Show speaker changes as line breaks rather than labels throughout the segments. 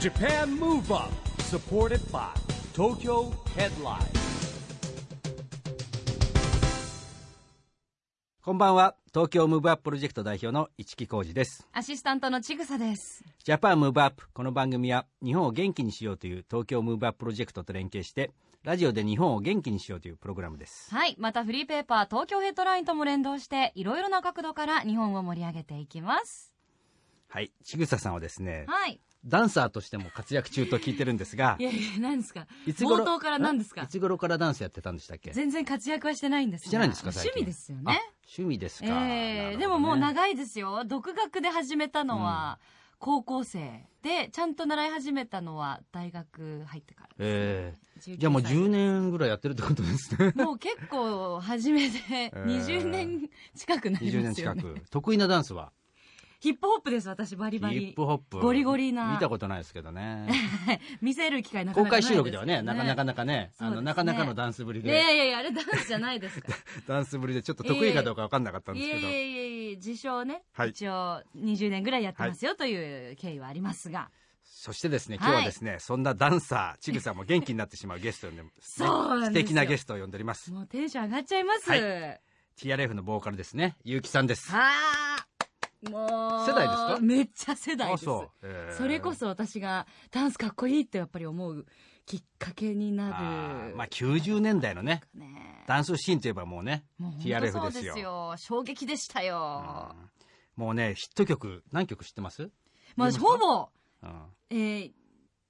JAPAN MOVE UP SUPPORTED BY TOKYO HEADLINE
こんばんは東京ムーブアッププロジェクト代表の市木浩二です
アシスタントのちぐさです。
ジャパンムーブアップこの番組は日本を元気にしようという東京ムーブアッププロジェクトと連携してラジオで日本を元気にしようというプログラムです
はい。またフリーペーパー東京ヘッドラインとも連動して、いろいろな角度から日本を盛り上げていきます。
はいちぐささんはですね
はい。
ダンサーとしても活躍中と聞いてるんですが
いやいや、何ですか
いつ頃
冒頭から何ですか
あいつ頃からダンスやってたんでしたっけ
全然活躍はしてないんですが
してないんですか最
趣
近
味ですよ
あ
ね。
趣味ですか、
ええでももう長いですよ。独学で始めたのは高校生。で、ちゃんと習い始めたのは大学入ってからです、
え
19
じゃあもう
歳
10年ぐらいやってるってことです ね
もう結構始め て20年近くなり
20
ま
年
すよ
近
ね。
く得意なダンスは
ヒップホップです、私、バリ
ヒ
バリ。
ップホップ
ゴリゴリな
見たことないですけど ね
見せる機会なか
公
なかない
開
ですけ
収
ど
録ではねなかなかなかね
そう
あ
です
の
ね
なかなかのダンスぶり
い
で、
やいやいやあれダンスじゃないですか
ダンスぶりでちょっと得意かどうか分かんなかったん
い
です
や
け
い
ど、
やいやいや自称ね、
はい
一応20年ぐらいやってますよ、という経緯はありますが
そしてですね
はい
今日はですね、そんなダンサーちぐさも元気になってしまうゲストを呼んでます、
そうな
素
んですよ
敵なゲストを呼んでおります
もうテンション上がっちゃいます、
は
はいい、
TRF のボーカルですねゆうきさんです
あーもう
世代ですか
めっちゃ世代です
う、えー
それこそ私がダンスかっこいいってやっぱり思うきっかけになる
あーまあ90年代のね
ね
ダンスシーンといえばもうね
もう本当
TRF
そう
です
で
よ
すよ衝撃でしたよ、
うんもうねヒット曲何曲知ってます、
まあほぼ
うん
えー、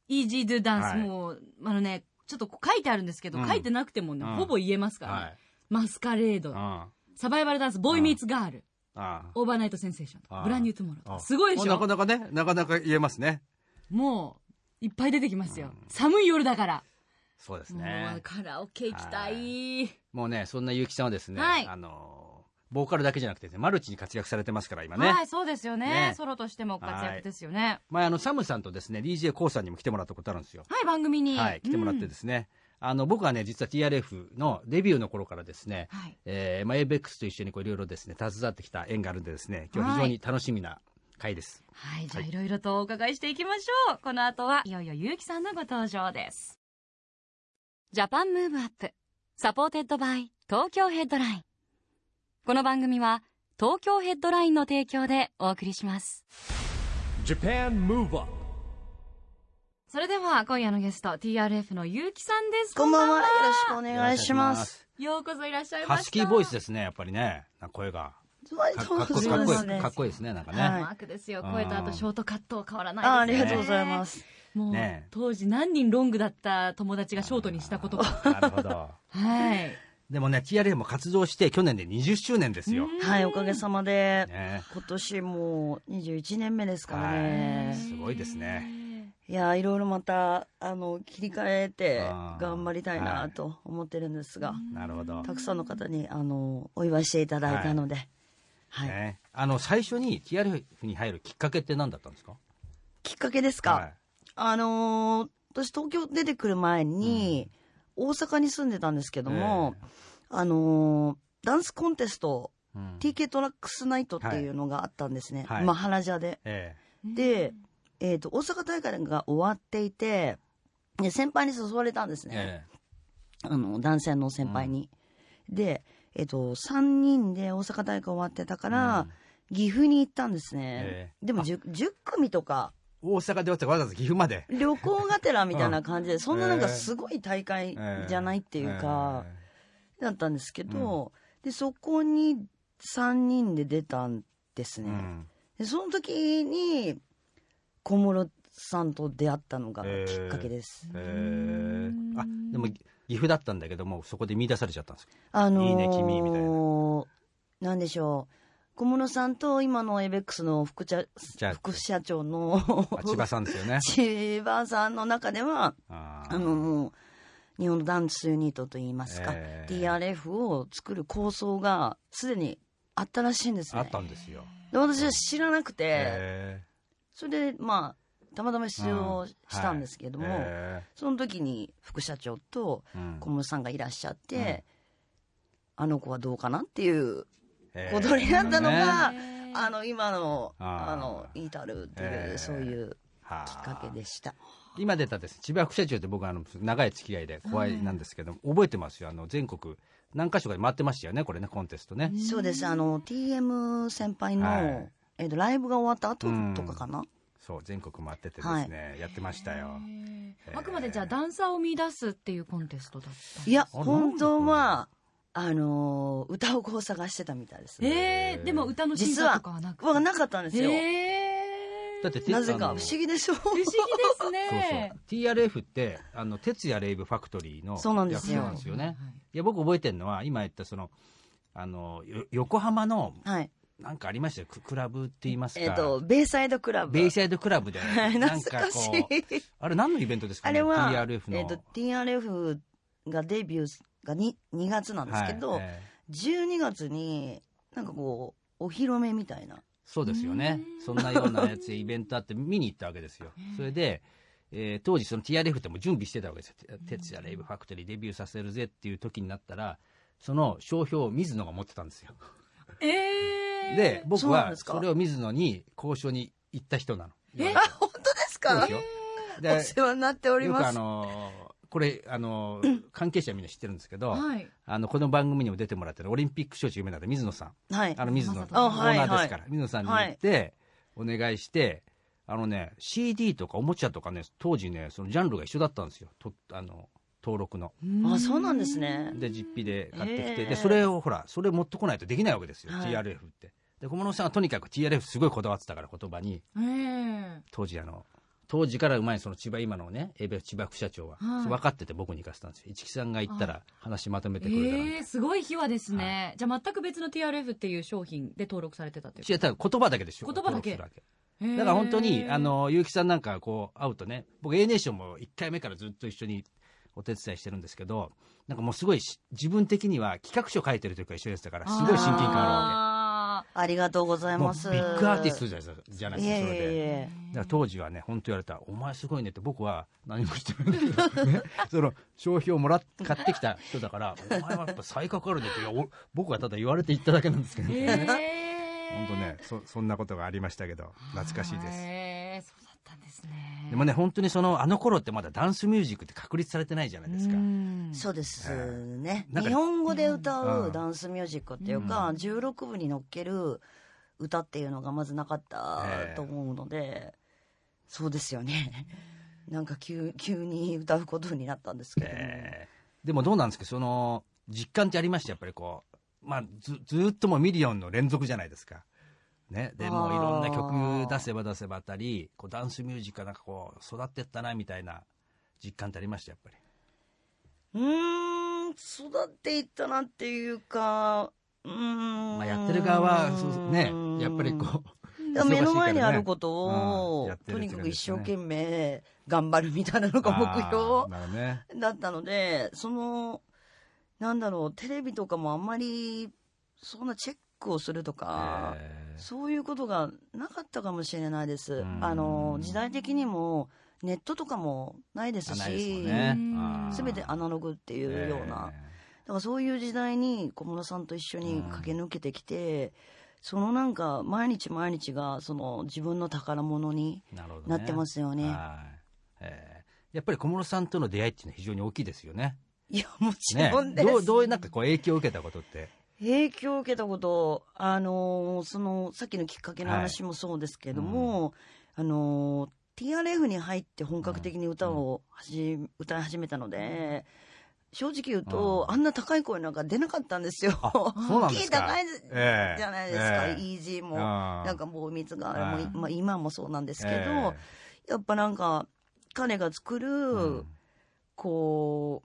Easy Do Dance、
はい
もう、あのね、ちょっとこう書いてあるんですけど、
うん
書いてなくてもね、
うん
ほぼ言えますからね、
はい、
マスカレード、
うん、あ
サバイバルダンス、ボーイミーツガール、
あ
オーバーナイトセンセーションと
あ
か、
ー
ブランニュートゥモローと
あ
か、すごいでし
なか
ょ
なかねなかなか言えますね
もう、いっぱい出てきます
う
よ。
ん
寒い夜だから。
そうです
も
ね
う、カラオケ行きた。
はいもうねそんな結城さんはですね、
はい
あのボーカルだけじゃなくてねマルチに活躍されてますから今ね、
はい、そうですよね
ね
ソロとしても活
はい
躍ですよね。
前あのサムさんとですね d j k o さんにも来てもらったことあるんですよ、
はい、番組に。
はい来てもらってですね、あの僕はね実は TRF のデビューの頃からですね
うん、はい。
えーまあ、ABEX と一緒にこういろいろですね携わってきた縁があるんでですね今日非常に楽しみな回です、
はい、じゃあ
はい
いろいろとお伺いしていきましょう。この後はいよいよゆうきさんのご登場です。ジャパンムーブアップ、サポーテッドバイ東京ヘッドライン。この番組は東京ヘッドラインの提供でお送りします。
JAPAN MOVE UP
それでは今夜のゲスト TRF のゆうきさんです。
こんばんは。よろしくお願いします。
ようこそいらっしゃいました。
ハスキーボイスですねやっぱりねなんか声がか
か
かっこ
そう
かっこい
で
い
すね
かっこいいですねなんかね、
はい
マークですよ。声とあとショートカットは変わらないです、ね。。
あありがとうございますす。
もう、
ね
当時何人ロングだった友達がショートにしたことか。
なるほど
はい。
でもね TRF も活動して去年で20周年ですよ、
はい、おかげさまで、
ね、
今年もう21年目ですから
はい
ね。
すごいですね
いやー、いろいろまた、あの、切り替えて
あー
頑張りたいなと思ってるんですが、
なるほど、
たくさんの方に、あの、お祝いしていただいたので、はい。
ね、あの最初に TRF に入るきっかけって何だったんですか
きっかけですか、
はい
あのー私東京出てくる前に、大阪に住んでたんですけども、あのーダンスコンテスト
うん
TK トラックスナイトっていうのがあったんですね、
はい
まあ、原ジャで。
え
で、えー、と大阪大会が終わっていてで先輩に誘われたんです
え
ね、
え
あの男性の先輩に。で、えー、と3人で大阪大会終わってたから、岐阜に行ったんですね、
ええ
でも 10, 10組とか
え大阪で終わってわざわざ岐阜まで
旅行がてらみたいな感 じで、そんななん
え
か
え
すごい大会じゃないっていうか、
え
だったんですけど、でそこに3人で出たんです
え
ね。
うん
でその時に小室さんと出会ったのがきっかけです、
ええあでも岐阜だったんだけどもそこで見出されちゃったんですか
あのー、
いいね君みたい
なんでしょう小室さんと今のエベックスの副社
じゃあ
副社長の
あ千葉さんですよね
千葉さんの中では
あー
あのもう日本のダンスユニットといいますか、
ええ
DRF を作る構想がすでにあったらしいんです
あ
ね
ったんですよ
で私は知らなくて、
え
それでまあたまたま出場したんですけども、
え
その時に副社長と
えうん
小室さんがいらっしゃって、あの子はどうかなっていう
ええ
ことになったの
ね
が、
ね
あの今の
あー
あのイータルっていう、
えー
そういう
はあ
きっかけでした。
今出たです千葉副社長って僕あの長い付き合いで怖いなんですけど、覚えてますよあの全国何か所かで回ってましたよねこれねコンテストね、
そうです。あの、TM 先輩の、
はい
えっと、ライブが終わった後とかかな、
そう全国回っててですね、やってましたよ
へーあくまでじゃあダンサーを見出すっていうコンテストだった
いや、
あなんだ
本当は、あのー歌をこう探してたみたいです。
えー、でも歌の審査とかはなく
僕はなかったんですよ。
えー、
だって
不
て
なぜ
あ
か
の
不思議でしょ
思議です
そうそう
ね
TRF ってあの鉄也レイブファクトリーの
そうなんですよ
略なんですよねいや僕覚えてるのは今言ったそのあのよ横浜の
はい。
なんかありましたよククラブって言いますか、
えっ、と、ベイサイドクラブ。
ベイサイドクラブで
はい
なん
懐
か
か
こ
し
う
い。
あれ何のイベントですか
あ
ね
れは、
TRF の、
えっ、と、TRF がデビューが 2, 2月なんですけど、
はいええ
12月に、なんかこう、お披露目みたいな。
そうですよね
うん
そんなようなやつイベントあって見に行ったわけ ですよそれで、えー当時その TRF ってもう準備してたわけですよ「徹也レイブファクトリーデビューさせるぜ」っていう時になったらその商標を水野が持ってたんですよ
えー、
で僕
そうなん
は
ですか
それを水野に交渉に行った人なの
え
あ、本当です
そうで
か
すよ
お
で
世話になっており
よく
ま
あ
す。
のーこれあのー関係者みんな知ってるんですけど、
はい
あのこの番組にも出てもらってるオリンピック招致有名なんで水野さん
はい。
あの水野
あ
オーナーで
は
す
い
か
は
ら、水野さんに行ってお願いして、あのね CD とかおもちゃとかね当時ねそのジャンルが一緒だったんですよとあの登録の
あ、そうなんですね。
で実費で買ってきて、
へえ
でそれをほらそれ持ってこないとできないわけですよ、
はい
TRF ってで小室さんはとにかく TRF すごいこだわってたから言葉に
えー、
当時あの当時からうまいその千葉今のね ABF 千葉副社長は、
はい
分かってて僕に行かせたんですよ一木さんが行ったら話まとめて
え
くれたら、
ー、すごい秘話ですね、じゃあ全く別の TRF っていう商品で登録されてたっていう
違う多分言葉だけでしょ
言葉だけ
登録するわ
だ
けだから本当に、あの、結城さんなんかこう会うとね、僕 A ネーションも1回目からずっと一緒にお手伝いしてるんですけど、なんかもうすごいし自分的には企画書書いてる時から一緒ですだから、すごい親近感あ
あ
ありがとうござい
るわ
ま
け。
す。
もうビッグアーティストじゃないじゃない
い
です
え
か、
い
それ
えい
で。
え。
だから当時はね、本当言われた、お前すごいねって、僕は何もしてないんだけど、 ね、その、商標をもらっ、買ってきた人だから、お前はやっぱ才覚あるねって、いやお僕はただ言われて言っただけなんですけど、
ーへ
ね、
え
本当ねそ、そんなことがありましたけど、懐かしいです。
へーそうだったんですね
でもね、本当にその、あの頃ってまだダンスミュージックって確立されてないじゃないですか。
そうですね。
なんか
日本語で歌
う
うんうダンスミュージックっていうか、16部に乗っける歌っていうのがまずなかった
ええ
と思うので、そうですよね。 なんか急急に歌うことになったんですけれども、
えーでもどうなんですか、その、実感ってありました、やっぱりこう、まあ、ず、ずーっともうミリオンの連続じゃないですか。ね。で
あー
もういろんな曲出せば出せばあたり、こう、ダンスミュージックがなんかこう、育ってったな、みたいな実感ってありました、やっぱり。
うーん、育っていったなっていうか、うーん。
まあ、やってる側は、そうね、やっぱりこう、忙しいからね
目の前にあることを、
うんやってる
と
って
に
いう
か
感
く
じですね
一生懸命頑張るみたいなのが 目標。
あーなるほどね。
だったので、その、なんだろう、テレビとかもあんまり、そんなチェックをするとか、
えー
そういうことがなかったかもしれないです。
ん
あの、時代的にも、ネットとかもないです
あないですもん
し、
ねあー
すべ、てアナログっていうような、
えー
だからそういう時代に小室さんと一緒に駆け抜けてきて、そのなんか、毎日毎日が、その自分の宝物に
なるほどね
なってますよね。
はいえーやっぱり小室さんとの出会いっていうのは非常に大きいですよね。
いや、もち
ね
ろんです。
どうどういうなんかこう影響を受けたことって。
影響を受けたこと、あのーその、さっきのきっかけの話もそうですけども、あのー TRF に入って本格的に歌を始め歌い始めたので、正直言うと、
うん
あんな高い声なんか出なかったんですよ。
あそうなんですか
キー高いじ
ええ
ゃないですか、
ええ
イージーも。
あー
なんかもう蜜があれ
うん
も、まあ今もそうなんですけど、
え
やっぱなんか、彼が作る、
えうん
こ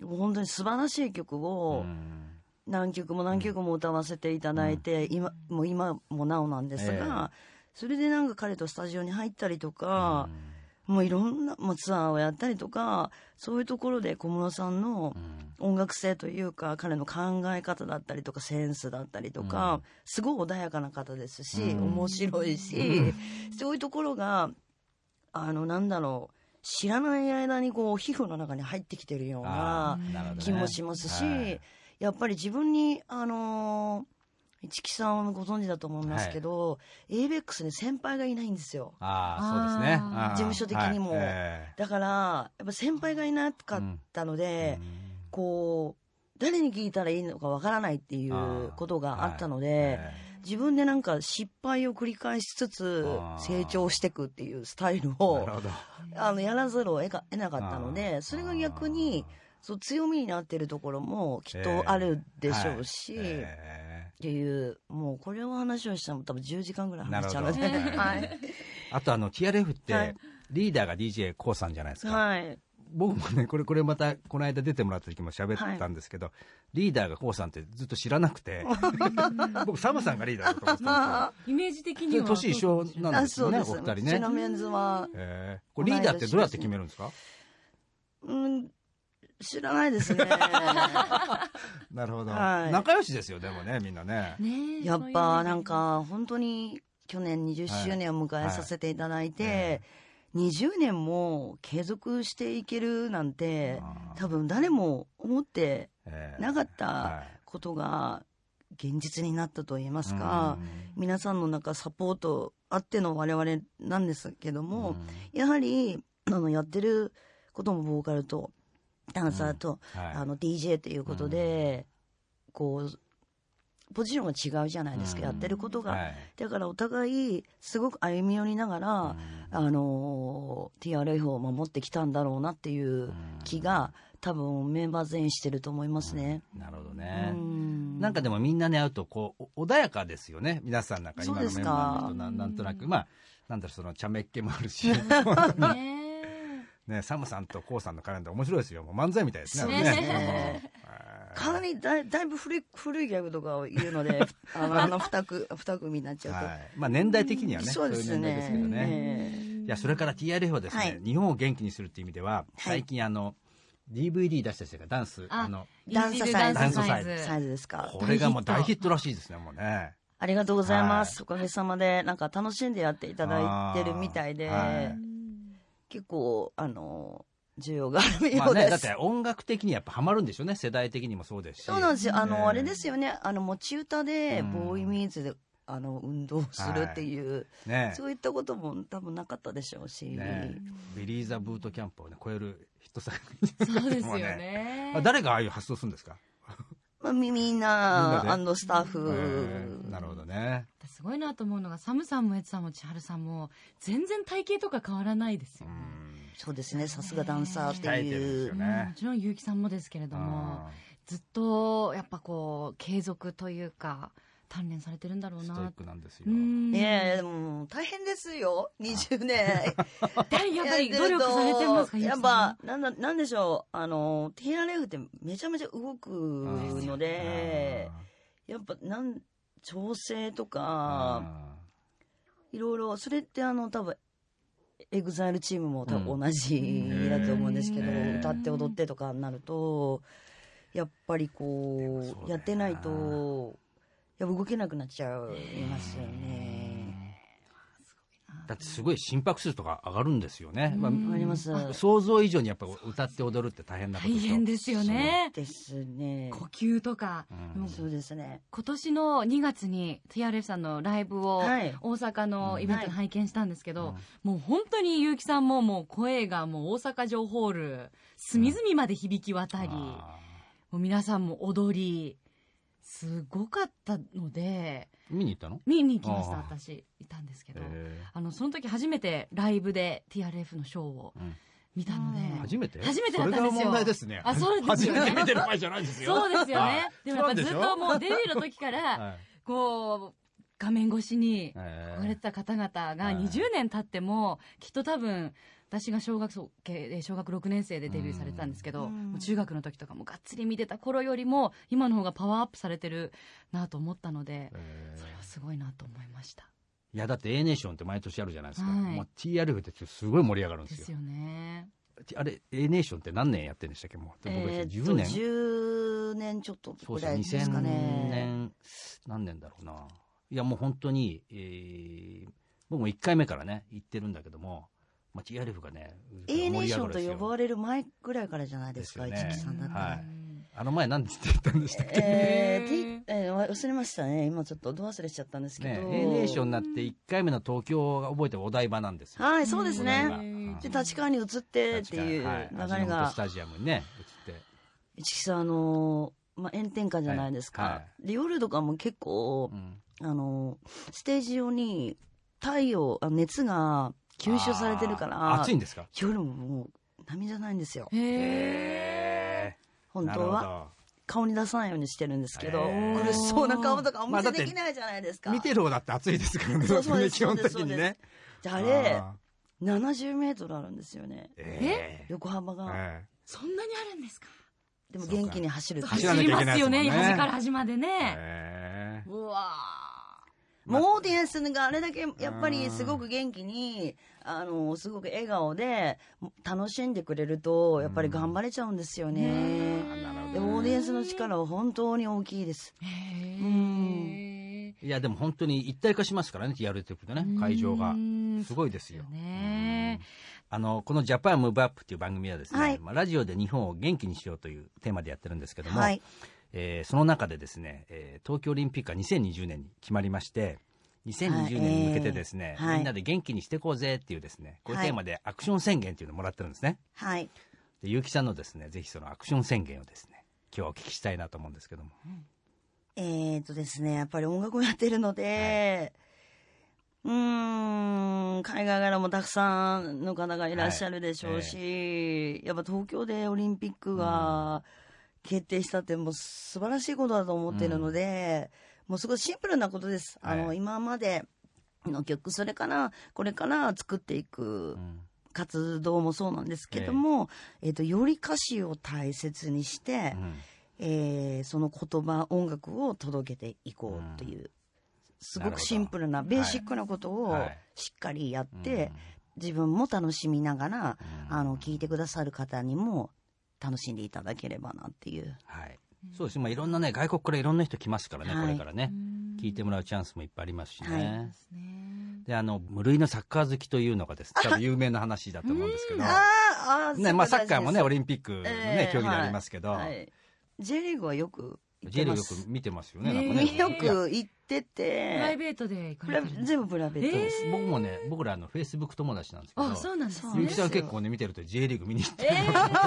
う、本当に素晴らしい曲を、
うん
何曲も何曲も歌わせていただいて、今もう今もなおなんですが、それでなんか彼とスタジオに入ったりとか、もういろんな、まあ、ツアーをやったりとかそういうところで小室さんの
うん
音楽性というか彼の考え方だったりとかセンスだったりとか、
うん
すごい穏やかな方ですし、
うん
面白いし、そういうところがあのなんだろう知らない間にこう皮膚の中に入ってきてるような
あーなるほどね
気もしますし、
はい
やっぱり自分に、あのー市木さんをご存知だと思いますけど、エイベックスに先輩がいないんですよ。
ああ、そうですね。
あー
あー
事務所的にも
はいえ
だから、やっぱ先輩がいなかったの
え
で、こう、誰に聞いたらいいのかわからないっていうことがあったので、自分でなんか失敗を繰り返しつつ
あー
成長していくっていうスタイル
うんはい
を
なるほど
あのやらざるを得か得なかったの
あ
で
ー
それが逆にそう強みになってるところもきっとあるでしょうし、
え
っていうもうこれを話をしたら多分10時間ぐらい話しちゃうので、
なるほど
はい、
え あとあの TRF って、
はい
リーダーが d j k o さんじゃないですか、
はい、
僕もねこれ これまたこの間出てもらった時も喋ったんですけど、リーダーが k o さんってずっと知らなく て僕サムさんがリーダーだと思ってたん
イメージ的
です
に
よ
は
年一緒なん
あ
です
そ
よ
う
ね
で
お
す
二人
うち
ね
のメンズは、
ええこれリーダーってどうやって決めるんですか
うん、知らない ですね
なるほど、
はい
仲良しですよでもねみんなね
ねえ
やっぱなんか本当に去年20周年を迎えさせていただいて、
はいえ
20年も継続していけるなんて
あー
多分誰も思って
ええ
なかっ
は
た
い
ことが現実になったと言いますか、皆さんの中サポートあっての我々なんですけど
うん
も、やはりあのやってることもボーカルとダンサーと、
はい
あの DJ ということで、こうポジションが違うじゃないですか、
うん
やってることが、
はい
だからお互いすごく歩み寄りながら、あのー TRF を守ってきたんだろうなっていう気が、多分メンバー全員してると思いますね。
なるほど
う
ね、
ん
なんかでもみんなね会うとこうお穏やかですよね皆さんなんか今
そう
の
で
メ
す
ン
か
バーの人ななんとなくまあなんだろうその茶目っ気もある し
ね
ねサムさんとコウさんの絡んで面白いですよもう漫才みたいですね
そう
あれ
です
ね
ねかなりだいだいぶ古い古いギャグとかを言うので あのあの二組二組になっち
うん
ゃうと、
はいまあ年代的にはね
そうですね
い年代ですけどね、
え
いやそれから TRF はですね、
はい
日本を元気にするっていう意味では
はい
最近あの DVD 出したりしてるからダンス
あ
あの
イ
ダ
ー
ン
ジ
サ
ル
サ
ダ
イ
ン
ズ
ササイ
サ
ズ
イズサイズですか
これがもう大ヒットらしいですねもうね
ありがとうございます、おかげさまでなんか楽しんでやっていただいてるみたいで、
あーは
え
い
結構あの需要がある
ま
よ
あ
うです、
ね、だって音楽的にやっぱハマるんでしょうね世代的にもそうですし
そうなんですよ。あの、
ね
あれですよね。あの、持ち歌で、
うん
ボーイミーズで、あの、運動するっていう、
ね
そういったことも多分なかったでしょうし。
ねビリー・ザ・ブートキャンプを、ね、超えるヒット作
そうですよ
もうね
ね
あ誰がああいう発想するんですか、
まあ、みみん
みんな
な、
で
アンドスタッ
え
フ。
ーなるほどね、
すごいなと思うのがサムさんもエツさんも千春さんも全然体型とか変わらないですよ
う
ね、
ん、
そうですね。さすがダンサーって
鍛えてるんです
い
よ
う。
ね
うんもちろん結城さんもですけれどもずっとやっぱこう継続というか鍛錬されてるんだろ
う
うん
ス
な
トイックなんですよ、
うん
ねえ、でも、大変ですよ。20年。
やっぱ りやっぱり努力されてますか結城
やっ
さん
ぱ、なんだ、なんでしょう。あの、TRF ってめちゃめちゃ動くので、やっぱ、なん、調整とか、いろいろ、それってあの、多分、エグザイルチームも多
う
分
ん
同じだと思うんですけど、
うん
歌って踊ってとかになると、やっぱり
でも
こ
そうだよ
う、
な
やってないと、やっぱ動けなくなっちゃいますよね。
だってすごい心拍数とか上がるんですよね、ま
うん
わかります。
あ、想像以上にやっぱ歌って踊るって大変なこと
大
しょ
変ですよね
ですね。
呼吸とか、
うん
もう
そうですね。
今年の2月に TRF さんのライブを
はい
大阪のイベント
う
で
ん
拝見したんですけど、
うん
もう本当に結城さんももう声がもう大阪城ホール隅々まで響き渡り、も
あ
う皆さんも踊りすごかったので
ー見に行ったの、
見に行きました
あー
私いたんですけど、
え
あのその時初めてライブで TRF のショーを
ーうん
見たので、
初めて
初めてだったんですよ
それが問題ですね
あそうですよね
初めて見てる場合じゃないんですよ
そうですよ
はい
ねでもやっぱずっ
違う
と
んでしょ
もうデビューの時から
はい
こう画面越しに
え
憧れてた方々が
はい
20年経ってもきっと多分私が小学生えー小学6年生でデビューされたんですけど
うん
もう中学の時とかもがっつり見てた頃よりも今の方がパワーアップされてるなと思ったので
えー
それはすごいなと思いました
いやだって A ネーションって毎年あるじゃないですか、
はい
もう TRF ってすごい盛り上がるんで
です
よ
すよね
あれ A ネーションって何年やってるんでしたっけもうで僕
え
た
ーっ
ち
と、
10年、
10年ちょっと
そう
ぐ
そう
らいですか
2000
ね。
年何年だろうないやもう本当に、えー僕も1回目からね行ってるんだけども、まあ、TRF がね
A ネーションと呼ば
れ
れる前ぐらいからじゃないですか、
です
一
よね
木さんだったら。
はいあの前何て言ったんでしたっけ、
え
へー
ー T- えー忘れましたね今ちょっとど忘れしちゃったんですけ
ね
ど、
A ネーションになって1回目の東京が覚えてるお台場なんですよ。
はいそうです
お台
ね
場うん
で立川に移ってっていう流
確かに
れ
はい味の素
が
スタジアムにね移って
一木さんあのーまあ、炎天下じゃないですか、
はいは
で夜とかも結構
う、ん
あのーステージ用に太陽あ熱が吸収されてるか
あー
ら
暑いんですか
夜ももう波じゃないんですよ
へえ
本当は顔に出さないようにしてるんですけど
へー
苦しそうな顔とかお
まあ
見
だ
せ
って
できないじゃないですか、
見てる方だって暑いですからね
そうそうで す
基本的にね
であれ
あ
70メートルあるんですよね
ーえ
横幅
ー
が、
え
そんなにあるんですか
でも元気に走るっていう
走
走
らなき
り
ゃいけ
ま
ないです
すよ
もんね
ね端から端まで
ー
ね、
えー
うわ
もうオーディエンスがあれだけやっぱりすごく元気にあのすごく笑顔で楽しんでくれるとやっぱり頑張れちゃうんですよね、
あなるほ
で
ど
オーディエンスの力は本当に大きいです
ーへえ
ん
いやでも本当に一体化しますからねやるということね会場がすごいですよ
ね
あのこの「ジャパンムーブアップ」っていう番組はですね、
はい
まあ、ラジオで日本を元気にしようというテーマでやってるんですけども、
はい
えーその中でですね、えー東京オリンピックが2020年に決まりまして2020年に向けてですね、
えーはい
みんなで元気にしていこうぜっていうですねこういうテーマでアクション宣言っていうのをもらってるんですね。
はい
で結城さんのですねぜひそのアクション宣言をですね今日はお聞きしたいなと思うんですけども。
えー、とですねやっぱり音楽をやってるので、うーん海外からもたくさんの方がいらっしゃるでしょうし、やっぱ東京でオリンピックが決定したってもう素晴らしいことだと思ってるので、もうすごいシンプルなことです、あ
は
の
い
今までの曲それからこれから作っていく
うん
活動もそうなんですけども、えー、とより歌詞を大切にして、
うん
えーその言葉音楽を届けていこうという、すごくシンプルなベーシックなことを
はい
しっかりやっ
う
て、
ん
自分も楽しみながら、
うん
あの聞いてくださる方にも楽しんでいただければなっていう
はい、そうですね、まあ、いろんなね外国からいろんな人来ますからね、
はい
これからね聞いてもらうチャンスもいっぱいありますしね。
は
ですね
であの無類のサッカー好きというのが です多分有名な話だと思うんですけど、
あーあ
ねまあ、サ
そう
ッ
です
カーもねオリンピックの、ね
えー
競技でありますけど、
はい、J リーグはよく行っ
J リ
て
ー
ま
グよ
す
く見てますよねなんか
えー
ね
よ
いや
く行っ
プ
て
ライ
て
ベートで行か
プ
れ
ラ
てるんです
全部プライベートです、
僕もね僕らあのフェイスブック友達なんですけど
あそうなんです
そう
ね
ゆきさんは結構ね見てると J リーグ見に行って、
今日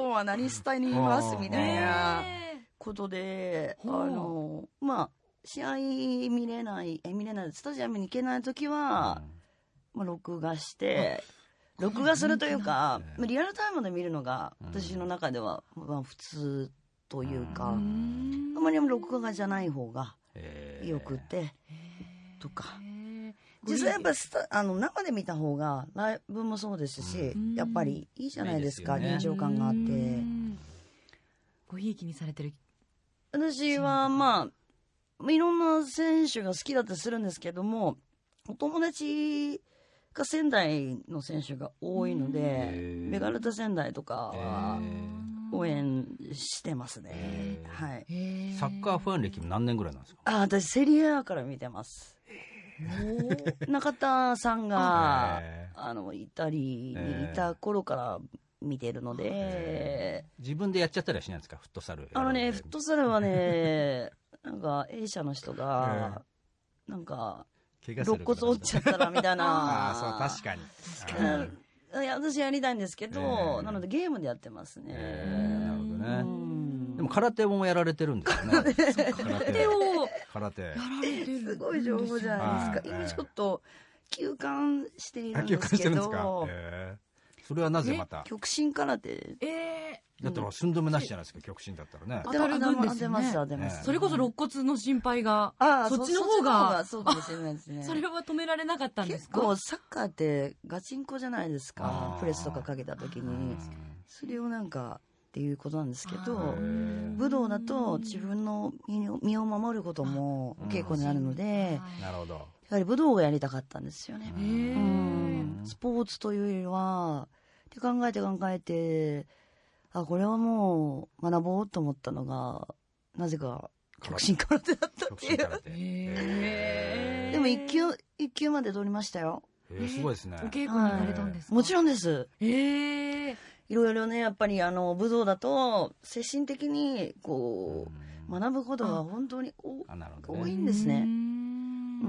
は何スタイにいますみたいな。
え
ことで、あ
ほう
の、まあ、試合見れない、え、見れない、スタジアムに行けないときは、まあ、録画して、録画するという
人気な
か
んです、ね
まあリアルタイムで見るのが、
うん
私の中では、まあ、普通という
う
か、あ
ー
ん
ん
んまり録画じゃない方が
えー
よくて、とか。
へー
実際やっぱスタあの生で見た方がライブもそうですし、
うん
やっぱりいいじゃないですか
いいです
臨
よ
場感があって
うんごひいきにされてる
私はまあいろんな選手が好きだってするんですけどもお友達が仙台の選手が多いので
えー
メガルタ仙台とか
え
は
ー
応援してますね
えー
はい
サ
サ
ッカーファン歴も何年ぐらいなんですか
あ私セリアから見てます中田さんが
えー
あのイタリーにいた頃から見てるので
自分でやっちゃったりはしないんですかフットサル
あのね、フットサルはね、 なんか A 社の人が、なんか、
怪我す
肋
る
骨折っちゃったらみたい
あ
な。
あそう確かに
確か
うん
うん いや、私やりたいんですけど、
ええ
なのでゲームでやってますね。
えーなるほどね
うん
でも空手もやられてるんですよ ね。空手
をや
空手。
られてる
すごい情報じゃないですか。
はい
今ちょっと、休館している
休
んで
館
す
して
け
るんですか
ど。、
えーそれはなぜまた。
極真空手。
ええ
だったら寸止めなしじゃないですか、極真だったらね
当。たる分ですよね
当てます、当てま
ええ
す。
それこそ肋骨の心配が
ああ、
そっちの方が
そっちの方がそうかもしれないですね。
それは止められなかったんです
結
か
構サッカーってガチンコじゃないです
あ
か
ー
プレスとかかけた時にそれをなんかっていうことなんですけ
あ
ど
ー
武道だと自分の身を身を守ることも
うん
お稽古になるので
なるほど。
やはり武道をやりたかったんですよね
え
う
ー
んスポーツというよりはって考えて考えてあこれはもう学ぼうと思ったのがなぜか極真空手だったっ
極
てい
真
う
空手。
えー
でも一級一級まで取りましたよ
えーすごいですね
お。稽古になれたんですか
もちろんです
ええ
いろいろねやっぱりあの武道だと精神的にこう学ぶことが本当に多
あなるほど
多い
ね
んですね。う
ね。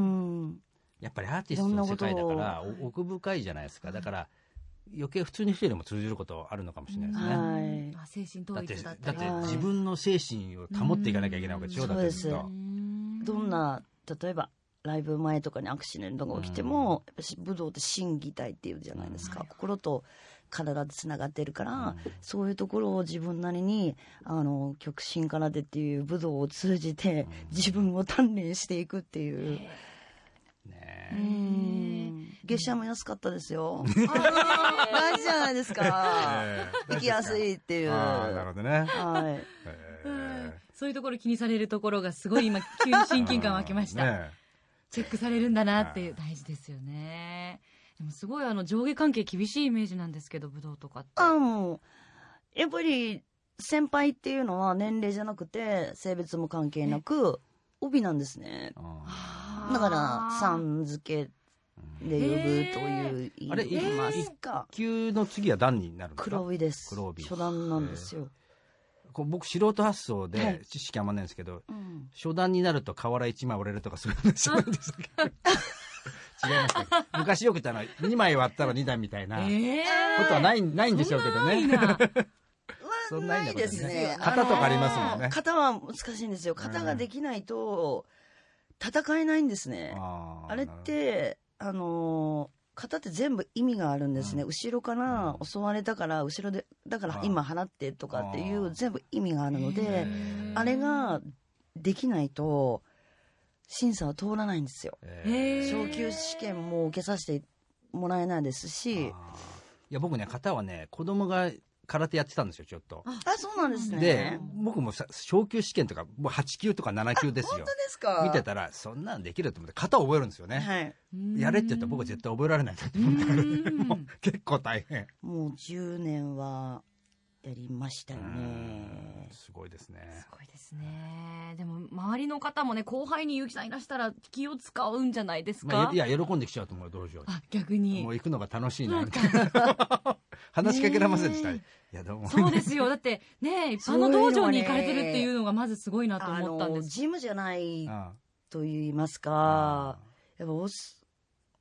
ん
やっぱりアーティストの世界だからお奥深いじゃないですかだから余計普通の人よりも通じることあるのかもしれないですね。
はい
あ精神
だ
統
って
一だった
だっ
り
て
とか
自分の精神を保っていかなきゃいけないわけでしょ
うん
だってずっ
そ
と。
どんな例えばライブ前とかにアクシデントが起きても、やっぱし武道って心技体っていうじゃないですか、
うん
心と体でつながってるから、
うん
そういうところを自分なりにあの極真からでっていう武道を通じて
うん
自分を鍛錬していくっていう、
ね
うん月謝も安かったで すよ
あー
大事じゃないですか
え
行きやすいっていう
あーなる
は
ほどね。
い
え
う
ー
んそういうところ気にされるところがすごい今急に親近感湧きました、
ね
チェックされるんだなっていう
は
大事ですよねでもすごいあの上下関係厳しいイメージなんですけど武道とかって
あもうやっぱり先輩っていうのは年齢じゃなくて性別も関係なく帯なんですね
あー
だからさん付けで呼ぶという
ーあれ
言いますか
級の次は段になるんですか
黒帯です
黒帯
初段なんですよ、
こう僕素人発想
は
で
い
知識あんまないんですけど、
うん
初段になると瓦一枚折れるとかそういう話 なんですけど違いますか昔よく言ったのは2枚割ったら2段みたいなこ
ええ
とはないないんでしょうけどね
そんな
そんなに
安易な
ないですね
型とかありますもんね
型は難しいんですよ型ができないと戦えないんですね、
あー
あれって、あのー型って全部意味があるんですね、
うん
後ろから
うん
襲われたから、後ろで、だから
はい
今払ってとかってい
あー
う、全部意味があるの
なる
で
ほど、ね
あれができないと、審査は通らないんですよ。
え
えー
昇級試験も受けさせてもらえないですし、
あーいや僕ね型はね子供が空手やってたんですよちょっと
あそうなんですね。
で
本
僕もさ昇級試験とかもう8級とか7級ですよ
当ですか
見てたらそんなんできると思って型覚えるんですよね、
はい。
やれって言ったら僕は絶対覚えられないなって
う
思ったからね
ん
もう結構大変
もう10年はやりましたよね。
すごいですね
すごいですねでも周りの方もね後輩に結城さんいらしたら気を使うんじゃないですか、
まあ、いや喜んできちゃうと思う道場
あ逆
に
に
もう行くのが楽しい
そ
な
う
み
か
たいな 話しかけられませんでした、
ね
いやどうも
そうですよだってね 一般の道場に行かれてるっていうのがまずすごいなと
あ
思ったん
の、
です
ジムじゃない
あ
と言います
あ
か、やっぱオス、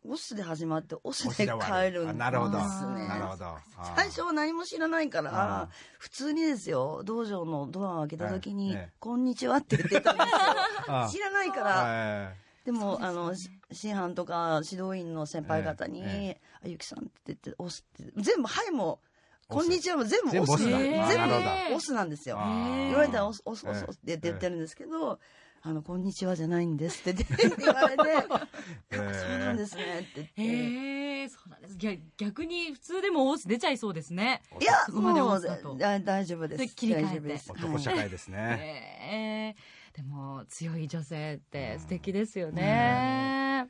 オスで始まってオス
オス
で
で終わる
帰るんですね。
あなるほどな
な
るほどあー
最初は何も知らないか
あー
ら、普通にですよ、道場のドアを開けた時
え
に
えええ、
こんにちはって言ってたんです
あ
よ。知らないから。
ら
で
そ
も、
うですよ
あ
ね
の、し師範とか指導員の先輩方に、
えええ
あ、ゆきさんって言って、オスって、全部、はいも、こんにちはも全部
全
オス
部オスだ
あ
全
なるほ
部
ど
オスなんですよ。
ー
言われたら、おす、おす、
ええ
おす、おすって言ってるんですけど、あの、こんにちはじゃないんですって 言って言われて、そうなんですねって
へ
言って。
えそうなんです逆逆に普通でもオース出ちゃいそうですね
いや、
そこまで
も
押
う、
すだと
だ大丈夫で。
です切り替えて
大丈夫です
男社
はい
会ですね、
えーでも強い女性って素敵ですよ
うん
ね。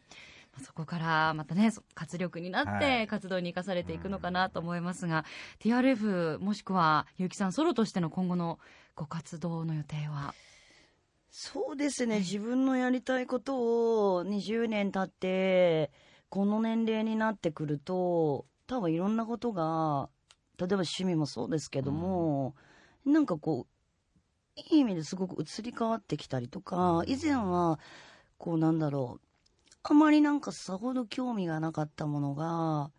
まあそこからまたねそ活力になっ
は
て
い
活動に生かされていくのかなと思いますが、TRF もしくは結城さんソロとしての今後のご活動の予定は
そうですね、自分のやりたいことを20年経って、この年齢になってくると、多分いろんなことが、例えば趣味もそうですけども、なんかこう、いい意味ですごく移り変わってきたりとか、以前は、こうなんだろう、あまりなんかさほど興味がなかったものが、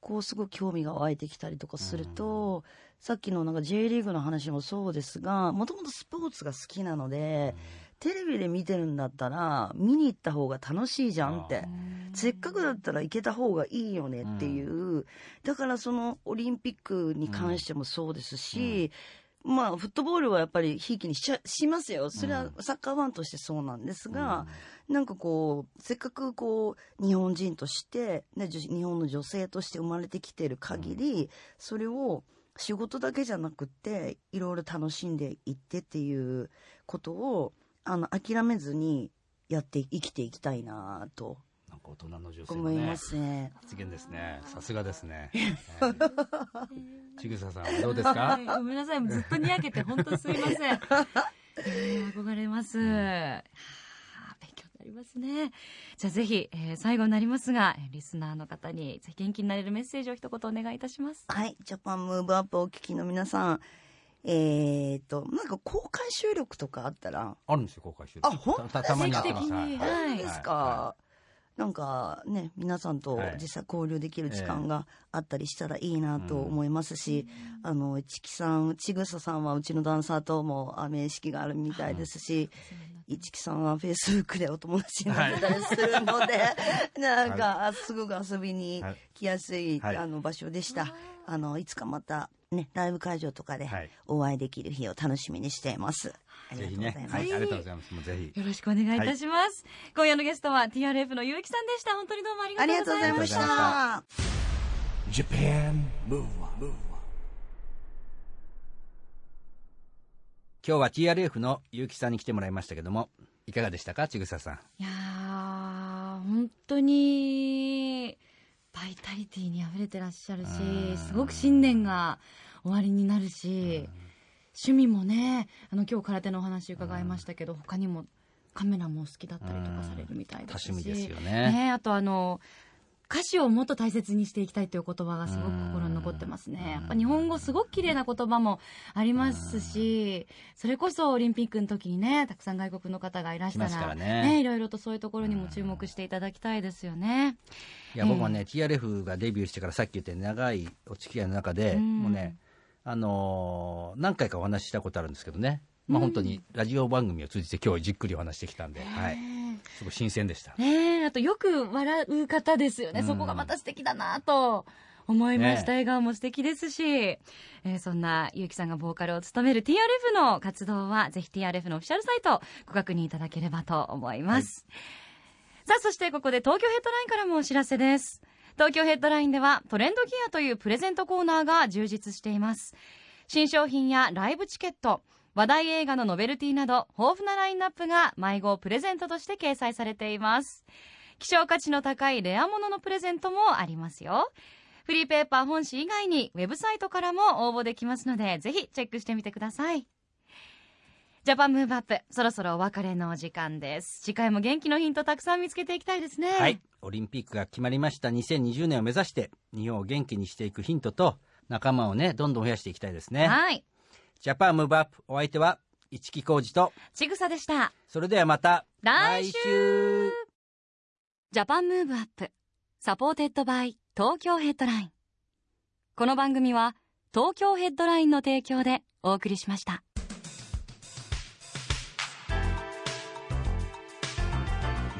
こうすごく興味が湧いてきたりとかすると、さっきのなんか J リーグの話もそうですが、もともとスポーツが好きなので、テレビで見てるんだったら、見に行った方が楽しいじゃんって。せっかくだったら行けた方がいいよねっていう、だからそのオリンピックに関してもそうですし、まあフットボールはやっぱりひいきにしちゃしますよそれはサッカーファンとしてそうなんですが、なんかこうせっかくこう日本人として、ね、女日本の女性として生まれてきてる限り、それを仕事だけじゃなくっていろいろ楽しんでいってっていうことをあの諦めずにやって生きていきたいなと
なんか大人の女性の
思
ね
いますね。
発言ですね。さすがですね。ちぐささんはどうですか
はい。ごめんなさいずっとにやけて本当すいませんいやー憧れます、
ん
はあ勉強ありますね。じゃあぜひ、えー最後になりますが、えーリスナーの方にぜひ元気になれるメッセージを一言お願いいたします。
はい、ジャパンムーブアップをお聞きの皆さん、えーと、なんか公開収録とかあったら、
あるんですよ公開収録
あほん
たたたまにやってます
定期的に
はい
はい
いいですか、
は
なんかね、皆さんと
はい
実際交流できる時間があったりしたらいいなと思いますし、あの、市木さん、ちぐささんはうちのダンサーともあ面識があるみたいですし、市木さんはフェイスブックでお友達になったりするので、 なんか、あすごく遊びに
はい
来やすい、
はい
あの場所でした。あの、いつかまた、ね、ライブ会場とかで
はい
お会いできる日を楽しみにしています。あり
ぜ
が
ひ
とうござい
ね
ます。
はいありがとうございますもうぜひ
よろしくお願いいたします。今夜のゲストは TRF の結城さんでした。本当にどうもあり
あ
がと
り
う
が
ご
とう
ざ
ご
いま
ざい
した
ました。
Japan Move Up
今日は TRF の結城さんに来てもらいましたけどもいかがでしたかちぐささん
いやー本当にバイタリティにあふれてらっしゃる
うん
しすごく信念が終わりになるし趣味もねあの今日空手のお話伺いましたけど他にもカメラもお好きだったりとかされるみたい
多
ですし
趣味ですよね
ねあとあの歌詞をもっと大切にしていきたいという言葉がすごく心に残ってますね。やっぱ日本語すごく綺麗な言葉もありますし、それこそオリンピックの時にね、たくさん外国の方がいらした
来ますから
ら、
ね
いろいろとそういうところにも注目していただきたいですよね。
いや僕はね、TRF がデビューしてからさっき言って長いお付き合いの中で、
うん
もうね、あのー何回かお話ししたことあるんですけどね、まあ、本当にラジオ番組を通じて今日じっくりお話してきたんで、はい、すごい新鮮でした。
ねえ、あとよく笑う方ですよね。そこがまた素敵だなと思いました。笑顔も素敵ですし、えーそんなゆうきさんがボーカルを務める TRF の活動は、ぜひ TRF のオフィシャルサイトをご確認いただければと思います。さあ、そしてここで東京ヘッドラインからもお知らせです。東京ヘッドラインではトレンドギアというプレゼントコーナーが充実しています。新商品やライブチケット、話題映画のノベルティなど豊富なラインナップが迷子プレゼントとして掲載されています。希少価値の高いレアもののプレゼントもありますよ。フリーペーパー本誌以外にウェブサイトからも応募できますので、ぜひチェックしてみてください。ジャパンムーブアップ、そろそろお別れのお時間です。次回も元気のヒントたくさん見つけていきたいですね。
はい、オリンピックが決まりました2020年を目指して日本を元気にしていくヒントと仲間をねどんどん増やしていきたいですね。
はい。
ジャパンムーブアップお相手は市木浩二と
ちぐさでした。
それではまた
来週
週
ジャパンムーブアップサポーテッドバイ東京ヘッドラインこの番組は東京ヘッドラインの提供でお送りしました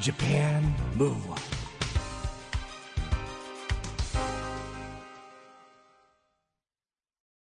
Japan Move Up